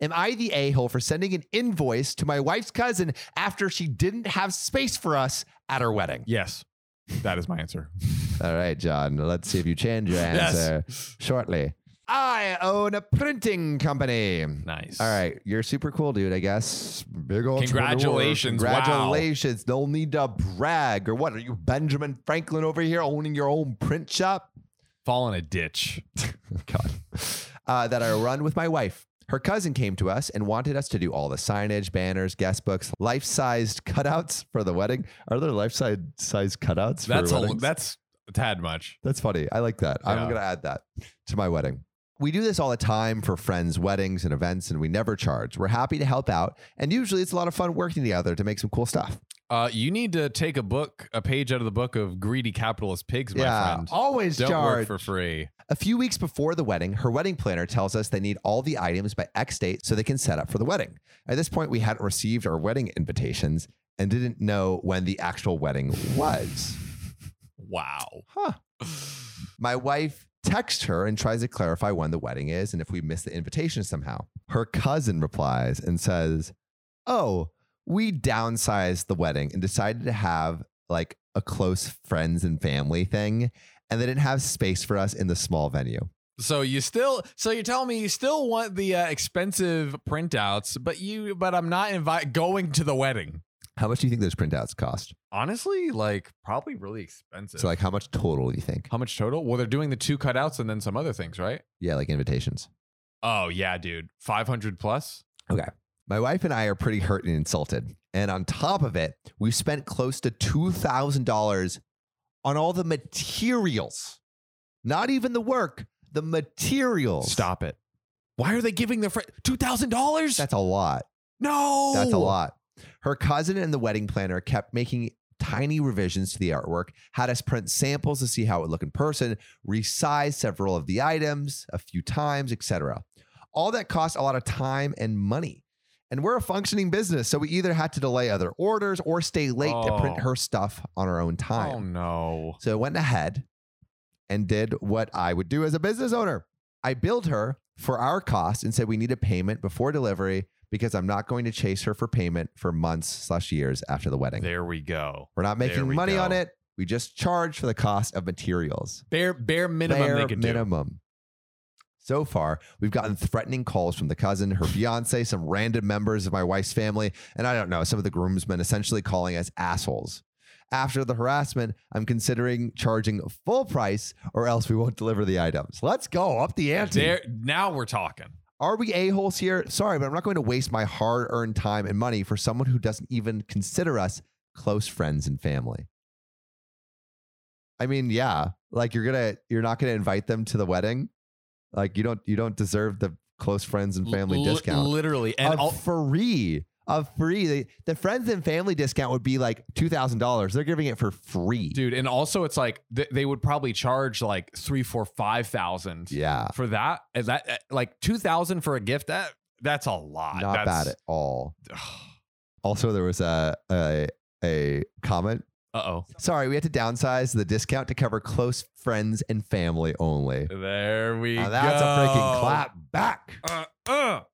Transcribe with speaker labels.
Speaker 1: Am I the a hole for sending an invoice to my wife's cousin after she didn't have space for us at her wedding?
Speaker 2: Yes. That is my answer.
Speaker 1: All right, John, let's see if you change your
Speaker 2: Yes.
Speaker 1: answer shortly. I own a printing company.
Speaker 2: Nice.
Speaker 1: All right, you're super cool, dude. I guess. Big old
Speaker 2: Congratulations, wow.
Speaker 1: congratulations. No need to brag or what? Are you Benjamin Franklin over here owning your own print shop?
Speaker 2: Fall in a ditch.
Speaker 1: God. Uh, that I run with my wife. Her cousin came to us and wanted us to do all the signage, banners, guest books, life-sized cutouts for the wedding. Are there life-size size cutouts for
Speaker 2: That's a,
Speaker 1: weddings?
Speaker 2: that's a tad much.
Speaker 1: That's funny. I like that. I'm
Speaker 2: Yeah.
Speaker 1: going to add that to my wedding. We do this all the time for friends' weddings and events, and we never charge. We're happy to help out. And usually it's a lot of fun working together to make some cool stuff.
Speaker 2: Uh, you need to take a book, a page out of the book of greedy capitalist pigs, my friend.
Speaker 1: Always
Speaker 2: Don't
Speaker 1: charge.
Speaker 2: work for free.
Speaker 1: a few weeks before the wedding, her wedding planner tells us they need all the items by X date so they can set up for the wedding. At this point, we hadn't received our wedding invitations and didn't know when the actual wedding was.
Speaker 2: Wow.
Speaker 1: Huh. My wife texts her and tries to clarify when the wedding is and if we miss the invitation somehow. Her cousin replies and says, Oh, we downsized the wedding and decided to have like a close friends and family thing. And they didn't have space for us in the small venue.
Speaker 2: So you still, so you're telling me you still want the uh, expensive printouts, but you, but I'm not invite going to the wedding.
Speaker 1: How much do you think those printouts cost?
Speaker 2: Honestly, like probably really expensive.
Speaker 1: So, like, how much total do you think?
Speaker 2: how much total? Well, they're doing the two cutouts and then some other things, right?
Speaker 1: Yeah, like invitations.
Speaker 2: Oh yeah, dude, five hundred plus.
Speaker 1: My wife and I are pretty hurt and insulted. And on top of it, we've spent close to $2,000 on all the materials, not even the work, the materials.
Speaker 2: Stop it. Why are they giving their friend two thousand dollars?
Speaker 1: That's a lot.
Speaker 2: No,
Speaker 1: That's a lot. Her cousin and the wedding planner kept making tiny revisions to the artwork, had us print samples to see how it would look in person, resize several of the items a few times, etc. All that cost a lot of time and money. And we're a functioning business, so we either had to delay other orders or stay late to print
Speaker 2: Oh.
Speaker 1: her stuff on our own time.
Speaker 2: Oh no.
Speaker 1: So I went ahead and did what I would do as a business owner. I billed her for our cost and said we need a payment before delivery because I'm not going to chase her for payment for months slash years after the wedding.
Speaker 2: There we go.
Speaker 1: We're not
Speaker 2: there
Speaker 1: making
Speaker 2: we
Speaker 1: money on
Speaker 2: go.
Speaker 1: it. We just charge for the cost of materials.
Speaker 2: Bare bare minimum
Speaker 1: Bare
Speaker 2: they could
Speaker 1: minimum. So far, we've gotten threatening calls from the cousin, her fiance, some random members of my wife's family, and I don't know, some of the groomsmen essentially calling us assholes. After the harassment, I'm considering charging full price or else we won't deliver the items. Let's go up the
Speaker 2: do.
Speaker 1: ante.
Speaker 2: There now we're talking.
Speaker 1: Are we a-holes here? Sorry, but I'm not going to waste my hard earned time and money for someone who doesn't even consider us close friends and family. I mean, yeah, like you're gonna you're not gonna invite them to the wedding. Like you don't you don't deserve the close friends and family
Speaker 2: Li-
Speaker 1: discount.
Speaker 2: Literally. And
Speaker 1: a
Speaker 2: all,
Speaker 1: free. A free. The, the friends and family discount would be like two thousand dollars. They're giving it for free.
Speaker 2: dude, and also it's like th- they would probably charge like three, four, five thousand
Speaker 1: Yeah.
Speaker 2: for that. And that uh, like two thousand for a gift. That that's a lot.
Speaker 1: Not
Speaker 2: that's,
Speaker 1: bad at all. Also, there was a a a comment
Speaker 2: Uh oh.
Speaker 1: Sorry, we had to downsize the discount to cover close friends and family only.
Speaker 2: There we
Speaker 1: Now that's
Speaker 2: go.
Speaker 1: a freaking clap back.
Speaker 2: Uh, uh.